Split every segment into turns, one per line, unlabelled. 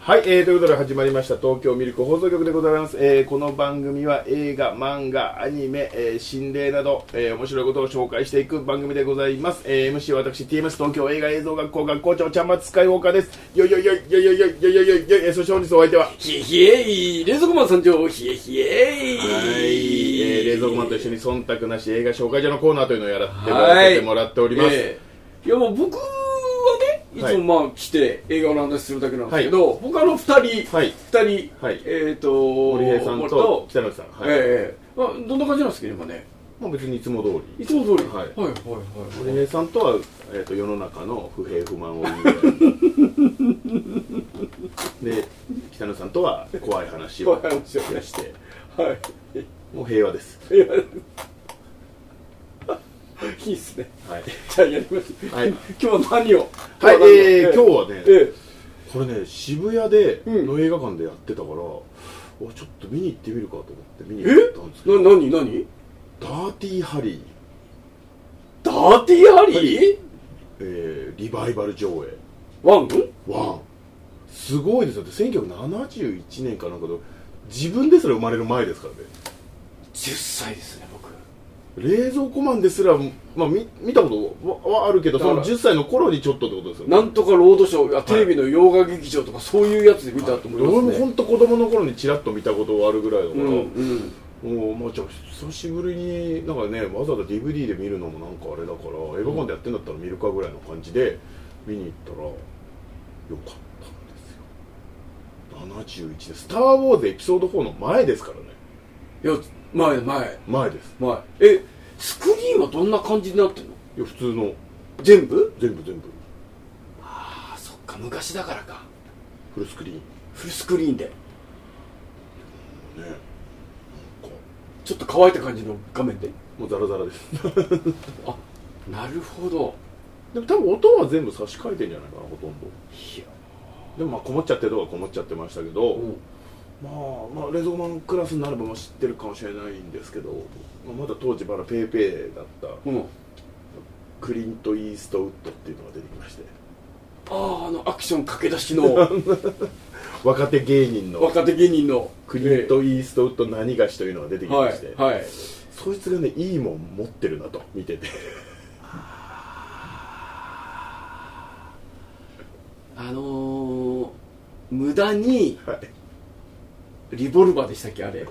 はい、えー、ということで始まりました東京ミルク放送局でございます、えー、この番組は映画、漫画、アニメ、えー、心霊など、えー、面白いことを紹介していく番組でございます、えー、MC は私 TMS 東京映画映像学校学校長ちゃんまつスカイウォーカーですよいよいよいよいよいよいよいよいよいよいえーそして本日お相手はは
ひえひえい冷蔵庫マン参上ひえひえい
い、えー、冷蔵庫マンと一緒に忖度なし映画紹介所のコーナーというのをやらっても
は
ら
い
ってもらっております、
ええいやもう僕はねいつもまあ来て映画の話するだけなんですけど、僕あの二人二人、
はいはい
えっ、と
堀江さん
俺
と北野さん、はい
ええまあ、どんな感じなんですか今ね
まあ、別にいつも通り
いつも通り、
はい
はいはい
堀江さんとは、えー、と世の中の不平不満を言う で北野さんとは怖い話を
怖い話をね
して
はいはい
もう平和です
いやいいっすね
はい、
じゃあやりましょう、
はい
今日は何を
はい
今日は何を
えー、今日はね、
ええ
これね渋谷で
うん
の映画館でやってたから、おちょっと見に行ってみるかと思って見に
え
行ったんですけど
な何何
ダーティーハリー、
ダーティーハリー
えーリバイバル上映
ワン
ワンすごいですよだって1971年かなんかの自分ですら生まれる前ですからね
?10 歳ですね、僕。
冷蔵庫マンですら、まあ、み見たことははあるけど
だか
そ
ら
の10歳の頃にちょっとってことですよね
なんとかロードショーやテレビの洋画劇場とかそういうやつで見たと思い
俺
ま
も
すね。
本当子供の頃にちらっと見たことはあるぐらいだか
う
ら、
んうん、
もうまあじゃあ久しぶりになんかねわざわざ DVD で見るのもなんかあれだから映画館でやってんだったら見るかぐらいの感じで見に行ったらよかったんですよ71で「スター・ウォーズ」エピソード4の前ですからね
いや前前
前です
前えスクリーンはどんな感じになってるの
いや普通の
全部
全部全部
ああそっか昔だからか
フルスクリーンね
フルスクリーンで
なんか
ちょっと乾いた感じの画面で
もうザラザラです
あなるほど
でも多分音は全部差し替えてんじゃないかなほとんど
いや
でもまあこもっちゃってるとこはこもっちゃってましたけど、まあ、まあ、冷蔵庫マンクラスになればまあ知ってるかもしれないんですけど、まあ、まだ当時まだペーペーだった
うん
クリント・イーストウッドっていうのが出てきまして
あああのアクション駆け出し の
若手芸人の
若手芸人の
クリント・イーストウッド何がしというのが出てきま
は
して、
いはい
そいつがねいいもん持ってるなと見て て
あのー、無駄に
はい
リボルバーでしたっけあれ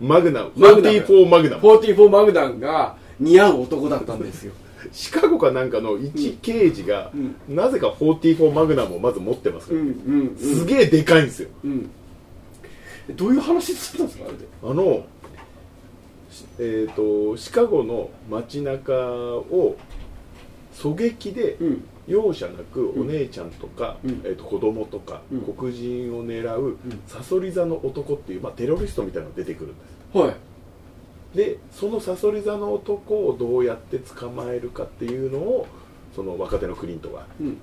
マグナム
マグナム
44マグナム
44マグダンが似合う男だったんですよ
シカゴかなんかの一刑事が、
うん
なぜか44マグナムをまず持ってますか
うん
ら、
うん
すげえでかいんですよ
うんうんどういう話してたんですかあれで
あの、しえー、とシカゴの街中を狙撃で
うん
容赦なくお姉ちゃんとか、
うん
えー、と子供とか、
うん
黒人を狙うサソリ座の男っていう、まあ、テロリストみたいなのが出てくるんです
はい
でそのサソリ座の男をどうやって捕まえるかっていうのをその若手のクリントが
うん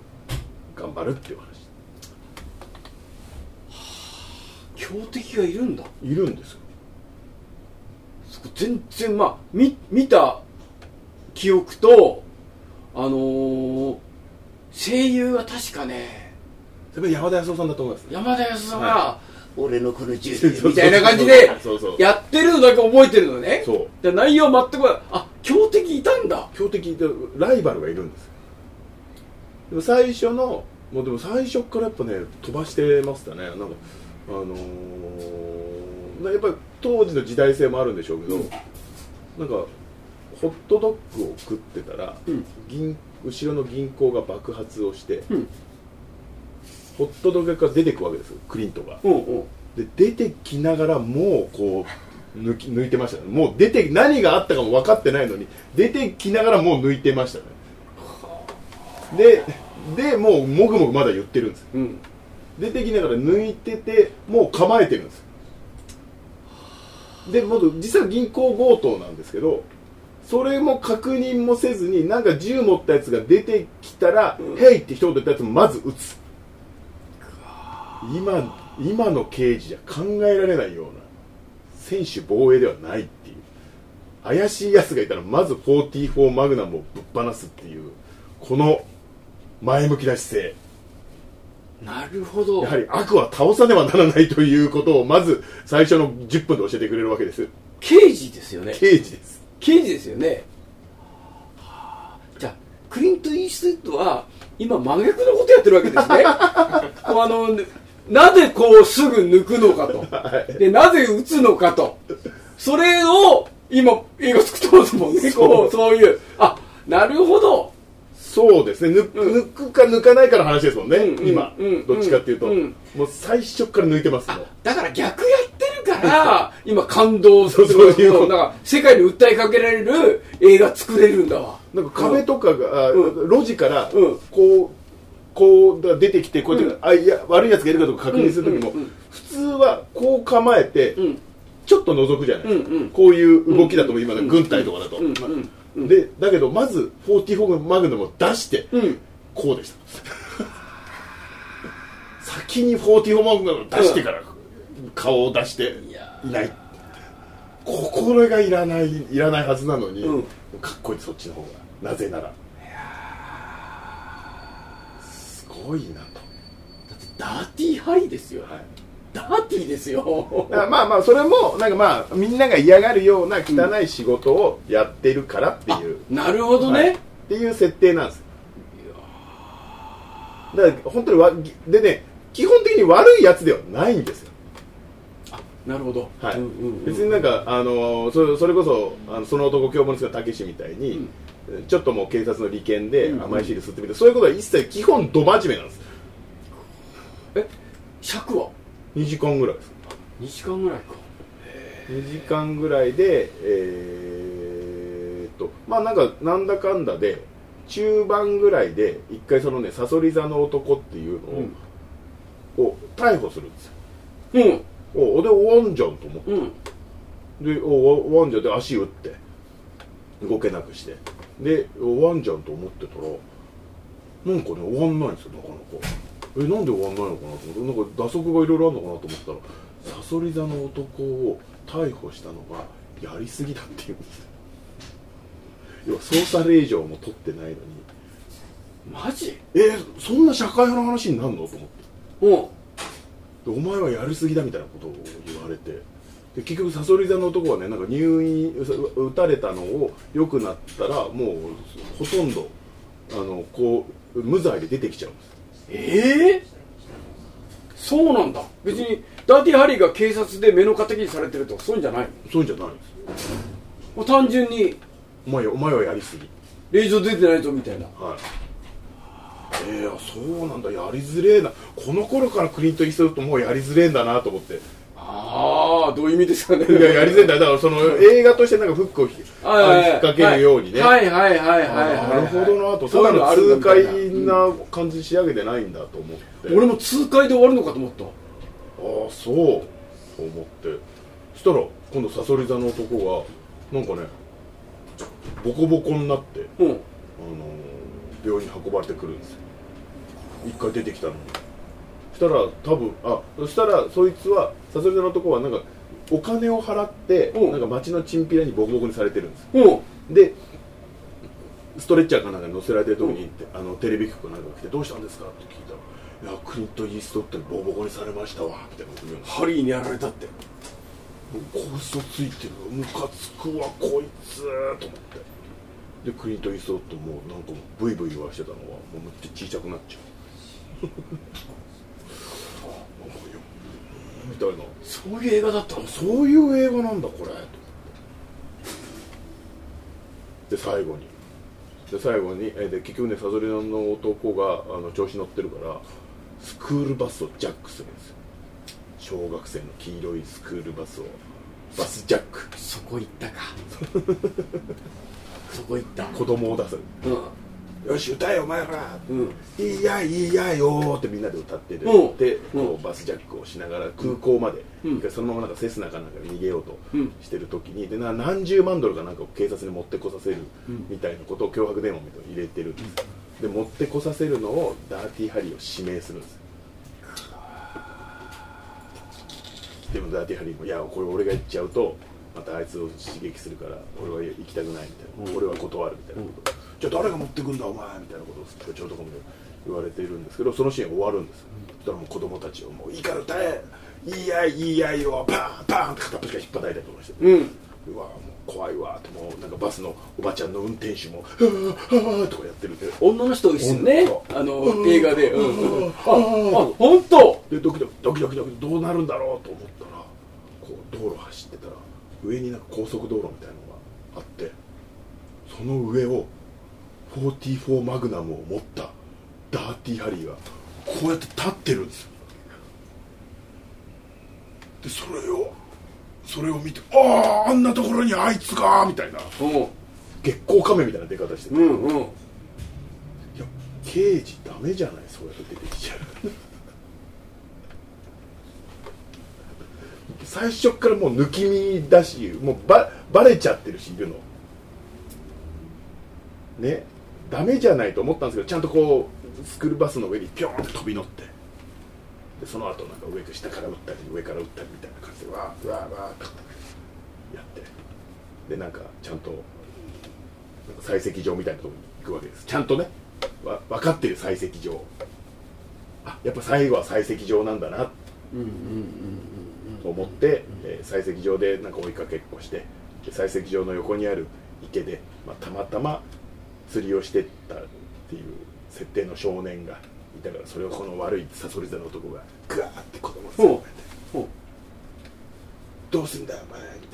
頑張るっていう話
強敵がいるんだ
いるんですよ
そこ全然まあ見見た記憶とあのー、声優は確かね
それは山田康夫さんだと思います
山田康夫が、
は
俺のこの銃でみたいな感じで
そうそう
やってるのだけ覚えてるのね
そう
で内容全くあ強敵いたんだ
強敵でライバルがいるんですよでも最初のもうでも最初からやっぱね飛ばしてましたねなんかあのーなやっぱり当時の時代性もあるんでしょうけど、
うん
なんかホットドッグを食ってたら、
うん
銀後ろの銀行が爆発をして、
うん
ホットドッグから出てくわけですよクリントが
うんうん
で出てきながらもうこう抜き抜いてましたねもう出て何があったかも分かってないのに出てきながらもう抜いてましたねででもうもぐもぐまだ言ってるんですよ
うん
出てきながら抜いててもう構えてるんですでまず実は銀行強盗なんですけどそれも確認もせずになんか銃持ったやつが出てきたら「ヘイ!」って一言言ったやつもまず撃つ今今の刑事じゃ考えられないような選手防衛ではないっていう怪しいやつがいたらまず44マグナムをぶっ放すっていうこの前向きな姿勢
なるほ ど
やはり悪は倒さねばならないということをまず最初の10分で教えてくれるわけです
刑事ですよね
刑事です
刑事ですよねはあじゃあクリント・イーストウッドは今真逆のことやってるわけ ですねこうあのなぜこうすぐ抜くのかと、でなぜ打つのかとそれを今映画作ってますもんね
そう
こうそういうあなるほど
そうですね抜,、抜くか抜かないかの話ですもんね、
うんうん
今、
うん
どっちかっていうと、
うん
もう最初から抜いてますもん
だから逆やってる から今感動す
そう
る
そういうこと
なんか世界に訴えかけられる映画作れるんだわ
なんか壁とかが、あ路地から
うん
こうこうだ出てきてこうやって、
う
あいや悪いやつがいるかどうか確認する時も、
うんうんうん
普通はこう構えて、
うん
ちょっと覗くじゃないですか、
うんうん
こういう動きだと思う今の軍隊とかだと、
うんうん
でだけどまず44マグナムを出して、
うん
こうでした 先に44マグナムを出してから顔を出して
いや
いない心がいらないいらないはずなのに、
うん
かっこいいそっちの方がなぜならすごいなと
だってダーティーハリーですよ、
はい
ダーティーですよ
だからまあまあそれもなんかまあみんなが嫌がるような汚い仕事をやってるからっていう、
なるほどね、
はいっていう設定なんですだから本当にわでね基本的に悪いやつではないんですよ、
なるほど、
はい
うんうんうん
別になんか、あのーそれそれこそあのその男教本ですがたけしみたいに、ちょっともう警察の利権で
うんうん
甘い汁吸ってみて、そういうことは一切基本ど真面目なんです
え尺は
2時間ぐらいです
2時間ぐらいか
2時間ぐらいでえー、っとまあなんかなんだかんだで中盤ぐらいで一回そのねさそり座の男っていうのを,、を逮捕するんですよ
うん
おで終わんじゃんと思って
うん
でお終わんじゃんで足打って動けなくしてで終わんじゃんと思ってたらなんかね終わんないんですよなかなかえなんで終わんないのかなと思ってなんか打足がいろいろあるのかなと思ったらサソリ座の男を逮捕したのがやりすぎだって言うんですよ要は捜査令状も取ってないのに
マジ
えそんな社会派の話になるのと思って
うん
でお前はやりすぎだみたいなことを言われてで結局さそり座の男はねなんか入院う打たれたのを良くなったらもうほとんどあのこう無罪で出てきちゃうんです
ええそうなんだ別にダーティーハリーが警察で目の敵にされてるとかそういうんじゃない
そういうんじゃないんです
の単純に
お前お前はやりすぎ
令状出てないぞみたいな
はいえー、あそうなんだやりづれえなこの頃からクリント・イーストウッドもうやりづれえんだなと思って
ああどういう意味ですかね
いややりづれえんだだからその映画としてなんかフックを引っ
はいはいはい
引っ掛けるようにね、
はいはいはいはいはい
なるほどなと
そ
ただ
ういうの
の
ある
痛
んだみたいな
快な感じに仕上げてないんだと思って
俺も痛快で終わるのかと思った
ああそうと思ってそしたら今度さそり座の男がなんかねボコボコになって、
うん
あのー病院に運ばれてくるんですよ一回出てきたのにそしたら多分あそしたらそいつはさそり座の男はなんかお金を払って、
うん
なんか町のチンピラにボコボコにされてるんです
うん
でストレッチャーかなんかに乗せられてる時に、あのテレビ局なんかが来て「どうしたんですか?」って聞いたら「いやクリント・イーストってボコボコにされましたわ」みたいなこと言うの
ハリーにやられたって
もうこう嘘ついてるムカつくわこいつと思ってでクリント・イーストウッドもなんかもうブイブイ言わしてたのはもうめっちゃ小さくなっちゃ うなんかよみたいな
そういう映画だったんです
そういう映画なんだこれと思ってで最後にで最後にえで結局ねサソリ座の男があの調子乗ってるからスクールバスをジャックするんですよ小学生の黄色いスクールバスをバスジャック
そこ行ったか そこ行った
子供を出す
う
よし歌えよお前ら
んうん
いいやいいやよーってみんなで歌ってて、
うん
で
うん
こうバスジャックをしながら空港まで、
うん
一回そのままなんかセスナかなんかに逃げようと
うん
してる時に、でな何十万ドルかなんかを警察に持ってこさせるみたいなことを脅迫電話みたいに入れてるんですよ、で持ってこさせるのをダーティーハリーを指名するんですよでもダーティーハリーも「いやこれ俺が行っちゃうとまたあいつを刺激するから俺は行きたくない」みたいな「俺は断る」みたいなこと、じゃあ誰が持ってくんだお前」みたいなことをちょうどこも言われているんですけどそのシーン終わるんです、そしたらもう子供たちを「もういいから歌えいいやいいやいをパンパン!」って片っ端から引っ叩いたりとかして、
うん
うわもう怖いわってもうなんかバスのおばちゃんの運転手も「はあはあ」とかやってるんで
女の人多いっすよね
本当
あの映画でうんうんう
うん
んああ本当
でドキドキドキドキドキどうなるんだろうと思ったらこう道路走ってたら上になんか高速道路みたいなのがあってその上を44マグナムを持ったダーティーハリーがこうやって立ってるんですよでそれをそれを見て「あああんなところにあいつが」みたいな
うん
月光仮面みたいな出方してて、
う
い
んうん
や刑事ダメじゃないそうやって出てきちゃう 最初からもう抜き身だしもうばバレちゃってるしいるのねダメじゃないと思ったんですけどちゃんとこうスクールバスの上にピョーンって飛び乗ってでその後なんか上か下から打ったり上から打ったりみたいな感じでわーわーわーってやってでなんかちゃんと採石場みたいなところに行くわけですちゃんとねわ分かってる採石場あやっぱ最後は採石場なんだな
うんうん
と思って、えー採石場でなんか追いかけっこしてで採石場の横にある池で、まあ、たまたま釣りをしてったっていう設定の少年がいたからそれをこの悪いサソリ座の男がグワーって子供を捕まえて
うんうん
「どうすんだよお前」みたいな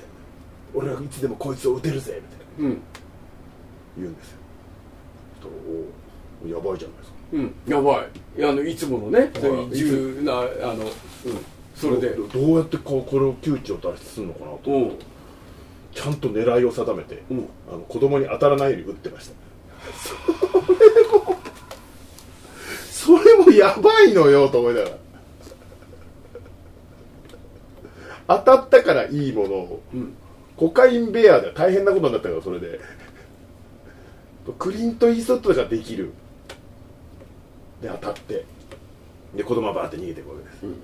「俺はいつでもこいつを撃てるぜ」みたいな
うん
言うんですよとおやばいじゃないですか
うんやばいいやあのいつものねそういう
い
銃なあのうんそれで
どどうやってこうこれを窮地を脱出するのかなと
うん
ちゃんと狙いを定めて、
うん
あの子供に当たらないように撃ってました それもそれもやばいのよと思いながら当たったからいいものを、
うん
コカインベアで大変なことになったからそれでクリント・イーストウッドができるで当たってで子供はバーって逃げていくわけです、
うん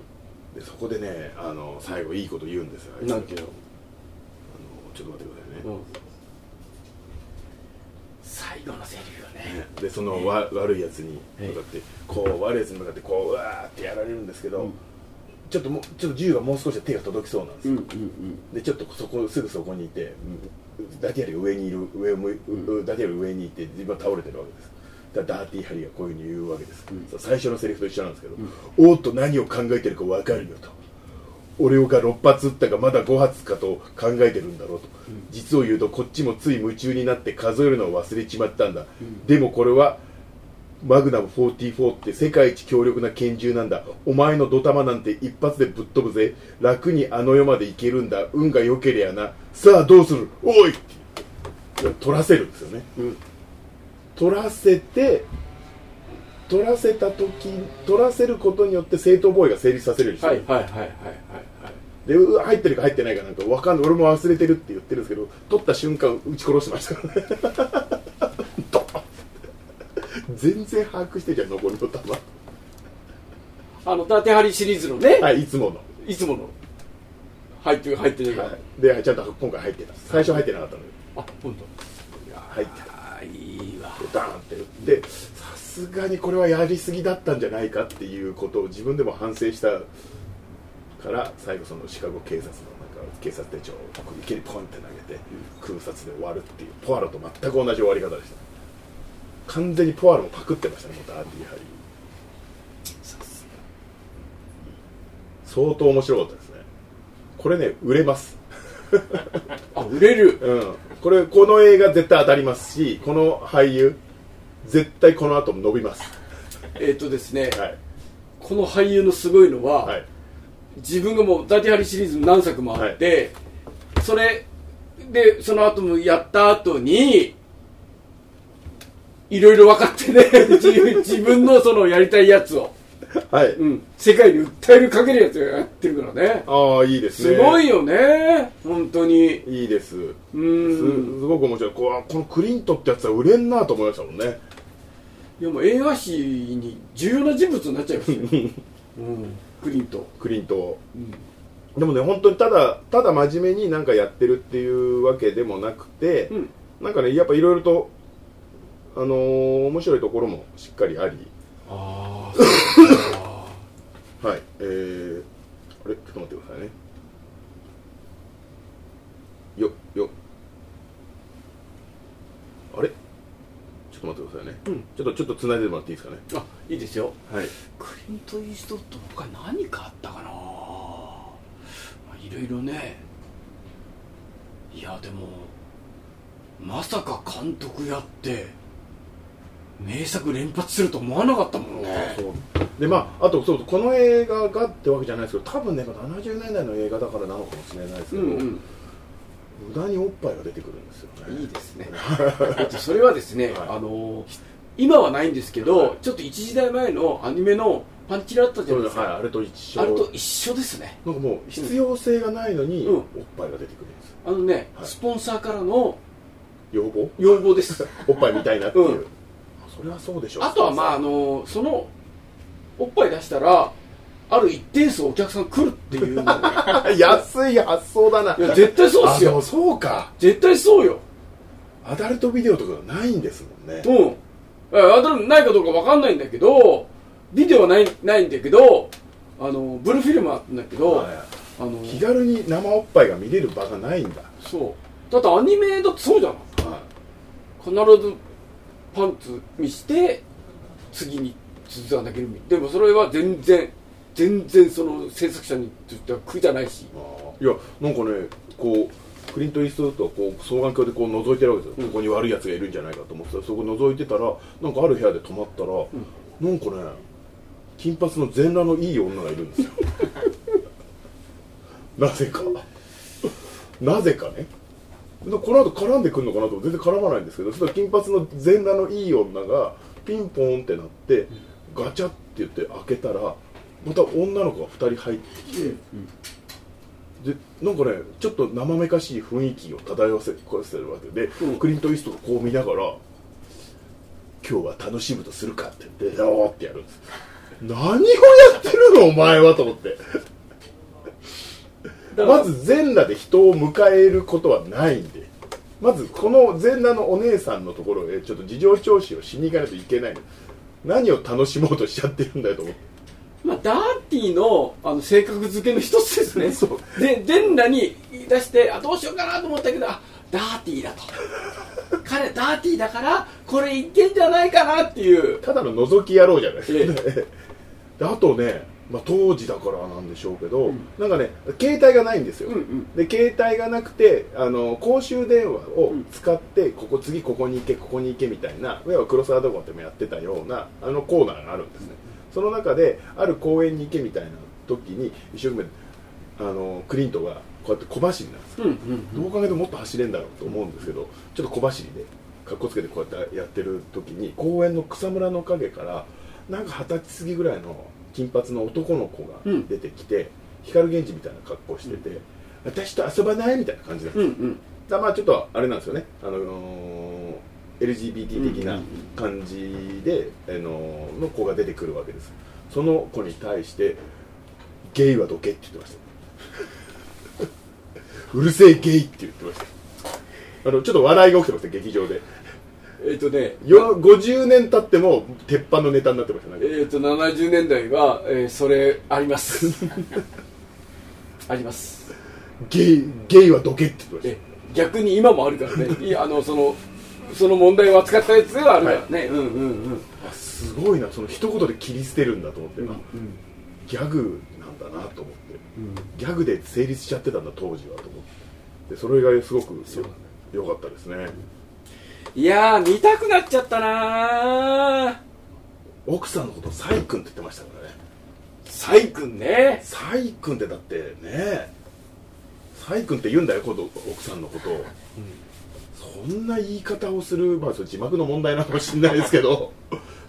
でそこでねあの最後いいこと言うんですよあいつ
なんていう
あのちょっと待ってくださいね、
のうん最後のセリフよね
でそのわ、悪いやつに向かってこう悪いやつに向かってこううわーってやられるんですけど、
うん
ちょっともうちょっと銃がもう少しで手が届きそうなんです
うん
よ、
うん
でちょっとそこすぐそこにいて、ダティアリが上にいる上を向い、ダティアリが上にいて自分は倒れてるわけですだからダーティーハリーがこういうふうに言うわけです、そう最初のセリフと一緒なんですけど、おーっと何を考えてるか分かるよと俺が6発撃ったがまだ5発かと考えてるんだろうと、実を言うとこっちもつい夢中になって数えるのを忘れちまったんだ、でもこれはマグナム44って世界一強力な拳銃なんだお前のドタマなんて一発でぶっ飛ぶぜ楽にあの世まで行けるんだ運が良けりゃなさあどうするおい取らせるんですよね、
うん
取らせて取らせた時取らせることによって正当防衛が成立させるようにして
は
る
いはいはいはいはいはい
でう入ってるか入ってないかなんかわかんない俺も忘れてるって言ってるんですけど取った瞬間撃ち殺してましたからね ドーン全然把握してんじゃん残りの弾
あの伊達張りシリーズのね
はいいつもの、
いつもの入ってる入ってるから
はい、でちゃんと今回入ってた最初入ってなかったのに
あ本当。
いや入ってた
ああいいわ
でダーンって打ってさすがにこれはやりすぎだったんじゃないかっていうことを自分でも反省したから最後そのシカゴ警察のなんか警察手帳をこう池にポンって投げて空撮で終わるっていうポアロと全く同じ終わり方でした完全にポアロもパクってましたねもうダーティーハリー相当面白かったですねこれね売れます
あ売れる
うん、これこの映画絶対当たりますしこの俳優絶対この後も伸びます
えっ、とですね、
はい
この俳優のすごいのは、
はい
自分がもう伊達張りシリーズ何作もあって、それでその後もやった後にいろいろ分かってね 自分自分のそのやりたいやつを、
はい、
うん、世界に訴えるかけるやつをやってるからね
ああいいですね
すごいよね本当に
いいですす
う
す
ん
ごく面白いこうこのクリントってやつは売れんなと思いましたもんね
いやもう映画史に重要な人物になっちゃい ますよ、うん、クリント、
クリント
うん
でもね本当にただただ真面目になんかやってるっていうわけでもなくて、
うん
なんかねやっぱいろいろとあのー面白いところもしっかりあり
あああそうか
はいえー、あれちょっと待ってくださいねよよあれちょっと待ってくださいね、
うん
ちょっとちょっと繋いでもらっていいですかね
あいいですよ
はい
クリント・イーストウッド他に何かあったかなまあいろいろねいやでもまさか監督やって名作連発すると思わなかったもんね
でまあ、あとそうそうこの映画がってわけじゃないですけど多分ね70年代の映画だからなのかもしれないですけど、無駄におっぱいが出てくるんですよね
いいです ねえっとそれはですね、
はい
あの今はないんですけど、
はい
ちょっと一時代前のアニメのパンチラあったじゃ
そ
ないうで
ですす
か、
はいあれと一緒
あれと一緒ですね
なんかもう必要性がないのに、
うん
おっぱいが出てくるんですよ
あのね、
はい
スポンサーからの
要望
要望です
おっぱいみたいなっていう、
うん
それはそうでしょう
あとはまああのそのおっぱい出したらある一定数お客さん来るっ ていうのい
あ安い発想だな
や絶対そうっす
あでも
よ
そうか
絶対そうよ
アダルトビデオとかないんですもんね
うんああとないかどうかわかんないんだけどビデオはないないんだけどあのブルーフィルムあったんだけど、
は
あの
い気軽に生おっぱいが見れる場がないんだ、
そうだってアニメだってそうじゃない必ずパンツ見して次に続かなければでもそれは全然全然その制作者にとっては苦じゃないし
いやなんかねこうクリント・イーストウッドはこう双眼鏡でこう覗いてるわけですよ、
うん
ここに悪いやつがいるんじゃないかと思ってたらそこ覗いてたらなんかある部屋で泊まったら、なんかね金髪の全裸のいい女がいるんです よなぜかなぜかねでこの後絡んでくるのかなと思って全然絡まないんですけどそしたら金髪の全裸のいい女がピンポンってなってガチャって言って開けたらまた女の子が2人入ってきて、でなんかねちょっと生めかしい雰囲気を漂わせこせるわけで、
うん
クリント・イーストがこう見ながら「今日は楽しむとするか」って言って「おーってやるんです何をやってるのお前はと思って
だから
まず全裸で人を迎えることはないんでまずこの全裸のお姉さんのところへちょっと事情聴取をしに行かないといけないの何を楽しもうとしちゃってるんだよと思って
まあ、ダーティーのあの性格付けの一つです ね
そう
で全裸に言い出してあどうしようかなと思ったけどあダーティーだと彼ダーティーだからこれいけんじゃないかなっていう
ただの覗き野郎じゃないですか、
ええ
であとね、まあ、当時だからなんでしょうけど、なんかね携帯がないんですよ、
うんうん
で携帯がなくてあの公衆電話を使って、ここ次ここに行けここに行けみたいな要は黒沢どこでもやってたようなあのコーナーがあるんですねその中である公園に行けみたいな時に一生懸命あのクリントがこうやって小走りなんです
うんうん
どう考えてももっと走れんだろうと思うんですけどちょっと小走りでかっこつけてこうやってやってる時に公園の草むらの陰からなんか二十歳過ぎぐらいの金髪の男の子が
うん
出てきて、光源氏みたいな格好してて、私と遊ばないみたいな感じなんです
うんうん
だまあちょっとあれなんですよね、あのー LGBT 的
う
なん感じで、あのーの子が出てくるわけですその子に対して「ゲイはどけ」って言ってました うるせえゲイって言ってましたあのちょっと笑いが起きてました劇場で
えっ、とね
よ50年経っても鉄板のネタになってましたなん
え
か
ー、と70年代は、えーそれあります あります
ゲイゲイはどけって言ってまし
え逆に今もあるから ねいやあのそのその問題を扱ったやつがあるからね、うんうんうん
たあすごいなその一言で切り捨てるんだと思って、
うん
あギャグなんだなと思って、ギャグで成立しちゃってたんだ当時はと思ってでそれがすごくよ
そうだね
良かったですね
いやー見たくなっちゃったなー
奥さんのことサイ君って言ってましたからね
サイ君ね
サイ君ってだってねサイ君って言うんだよこと奥さんのことを、そんな言い方をするまあそれ字幕の問題なのかもしれないですけど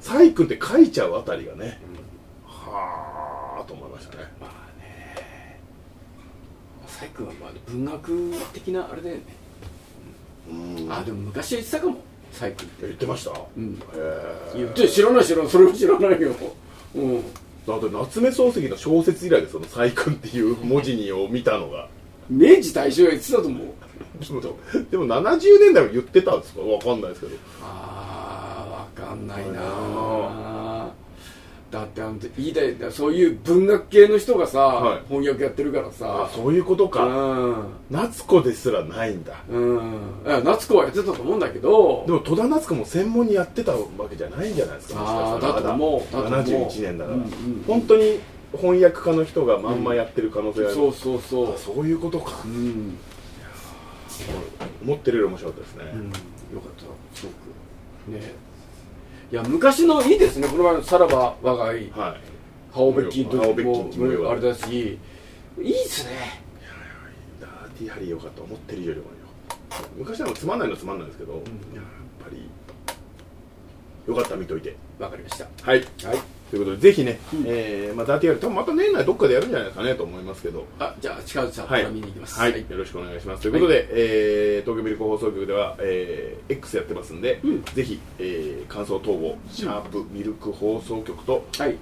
サイ君って書いちゃうあたりがね、はあと思いましたね
サイ君はまあ文学的なあれだよね
うん
あでも昔は言ってたかもサイ君って
言ってました、
ん
へえ
言って知らない知らないそれも知らないようん
だって夏目漱石の小説以来でその「細君」っていう文字にを見たのが
明治大正は言ってたと思う
でも70年代は言ってたんですかわかんないですけど
あーわかんないな
わかん
あだってあの言いたいそういう文学系の人がさ、
はい
翻訳やってるから
あ
さ
そういうこと
う
か
ん
夏子ですらないんだ
うんあ夏子はやってたと思うんだけど
でも戸田夏子も専門にやってたわけじゃないんじゃないですか
あー
もしかしたら
だと思う
ま
だと思う
71年だから、
うんうん
本当に翻訳家の人がまんまやってる可能性がある、
そうそうそう
あそういうことか
うん、
思ってるより面白かったですね、
よかったすごくねいや昔のいいですねこの前の「さらば我が
はい
愛」「ハオベッキン」と
ハオベッキン
ももうあれだしいいっすね
ダーティーハリーよかった思ってるよりもよ昔はもうつまんないのはつまんないんですけど、
ん
やっぱりよかった見といて
わかりました
はい
はい
ということでぜひね、えーまあ、ダーティーハリー多分また年内どっかでやるんじゃないかねと思いますけど
あじゃあ近々さん
はい、
見に行きます
はいよろしくお願いしますということで、えー東京ミルク放送局では、えー X やってますんで、
うん
ぜひ、えー感想等を「シャープミルク放送局」と
はい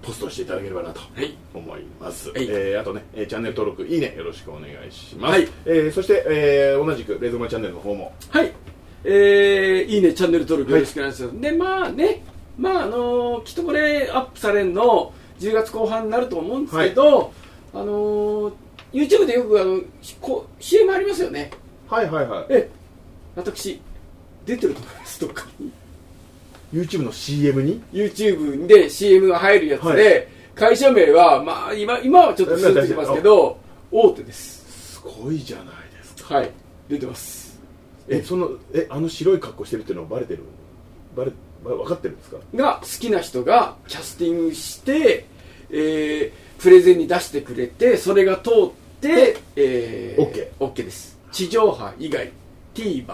ポストしていただければなと
はい
思います、
はい
えーあとね、えーチャンネル登録いいねよろしくお願いします、
はい
えーそして、えー同じくレズマチャンネルの方も
はい、えー、いいね、チャンネル登録よろしくお願いします。で、まあね、まあ、あのーきっとこれ、アップされるの、10月後半になると思うんですけど、あのー YouTube でよくあのしこう CM ありますよね。
はいはいは
ええ、私、出てると思います、どっかに。
い YouTube の CM に
YouTube で CM が入るやつで、会社名は、まあ、今今はちょっとスーツてますけど、大手です。
すごいじゃないですか
はい、出てます。
えそのえあの白い格好してるっていうのはバレてるバレば分かってるんですか
が好きな人がキャスティングして、えープレゼンに出してくれてそれが通って、えー
OK、
OK です地上波以外 TVer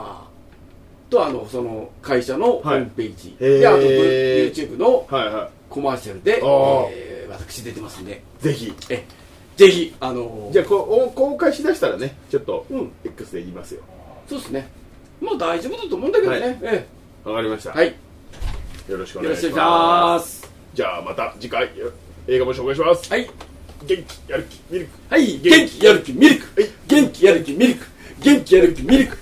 とあのその会社のホームページ、
はい
であと
へー
YouTube の
はいは
コマーシャルで、
あー
えー私出てますんで
いぜひ
えぜひあのー
じゃあこうお公開しだしたらねちょっと
うん
X で言いますよ
そうですねまあ大丈夫だと思うんだけどね、
はい
え
わかりました
えはい
よろしくお願
よろ
い
し
し
くお願いしま
ます
す
じゃあまた次回映画も紹介します
はい
元気やる気ミルク
はい元気やる気ミルク元気やる気ミルク元気やる気ミルク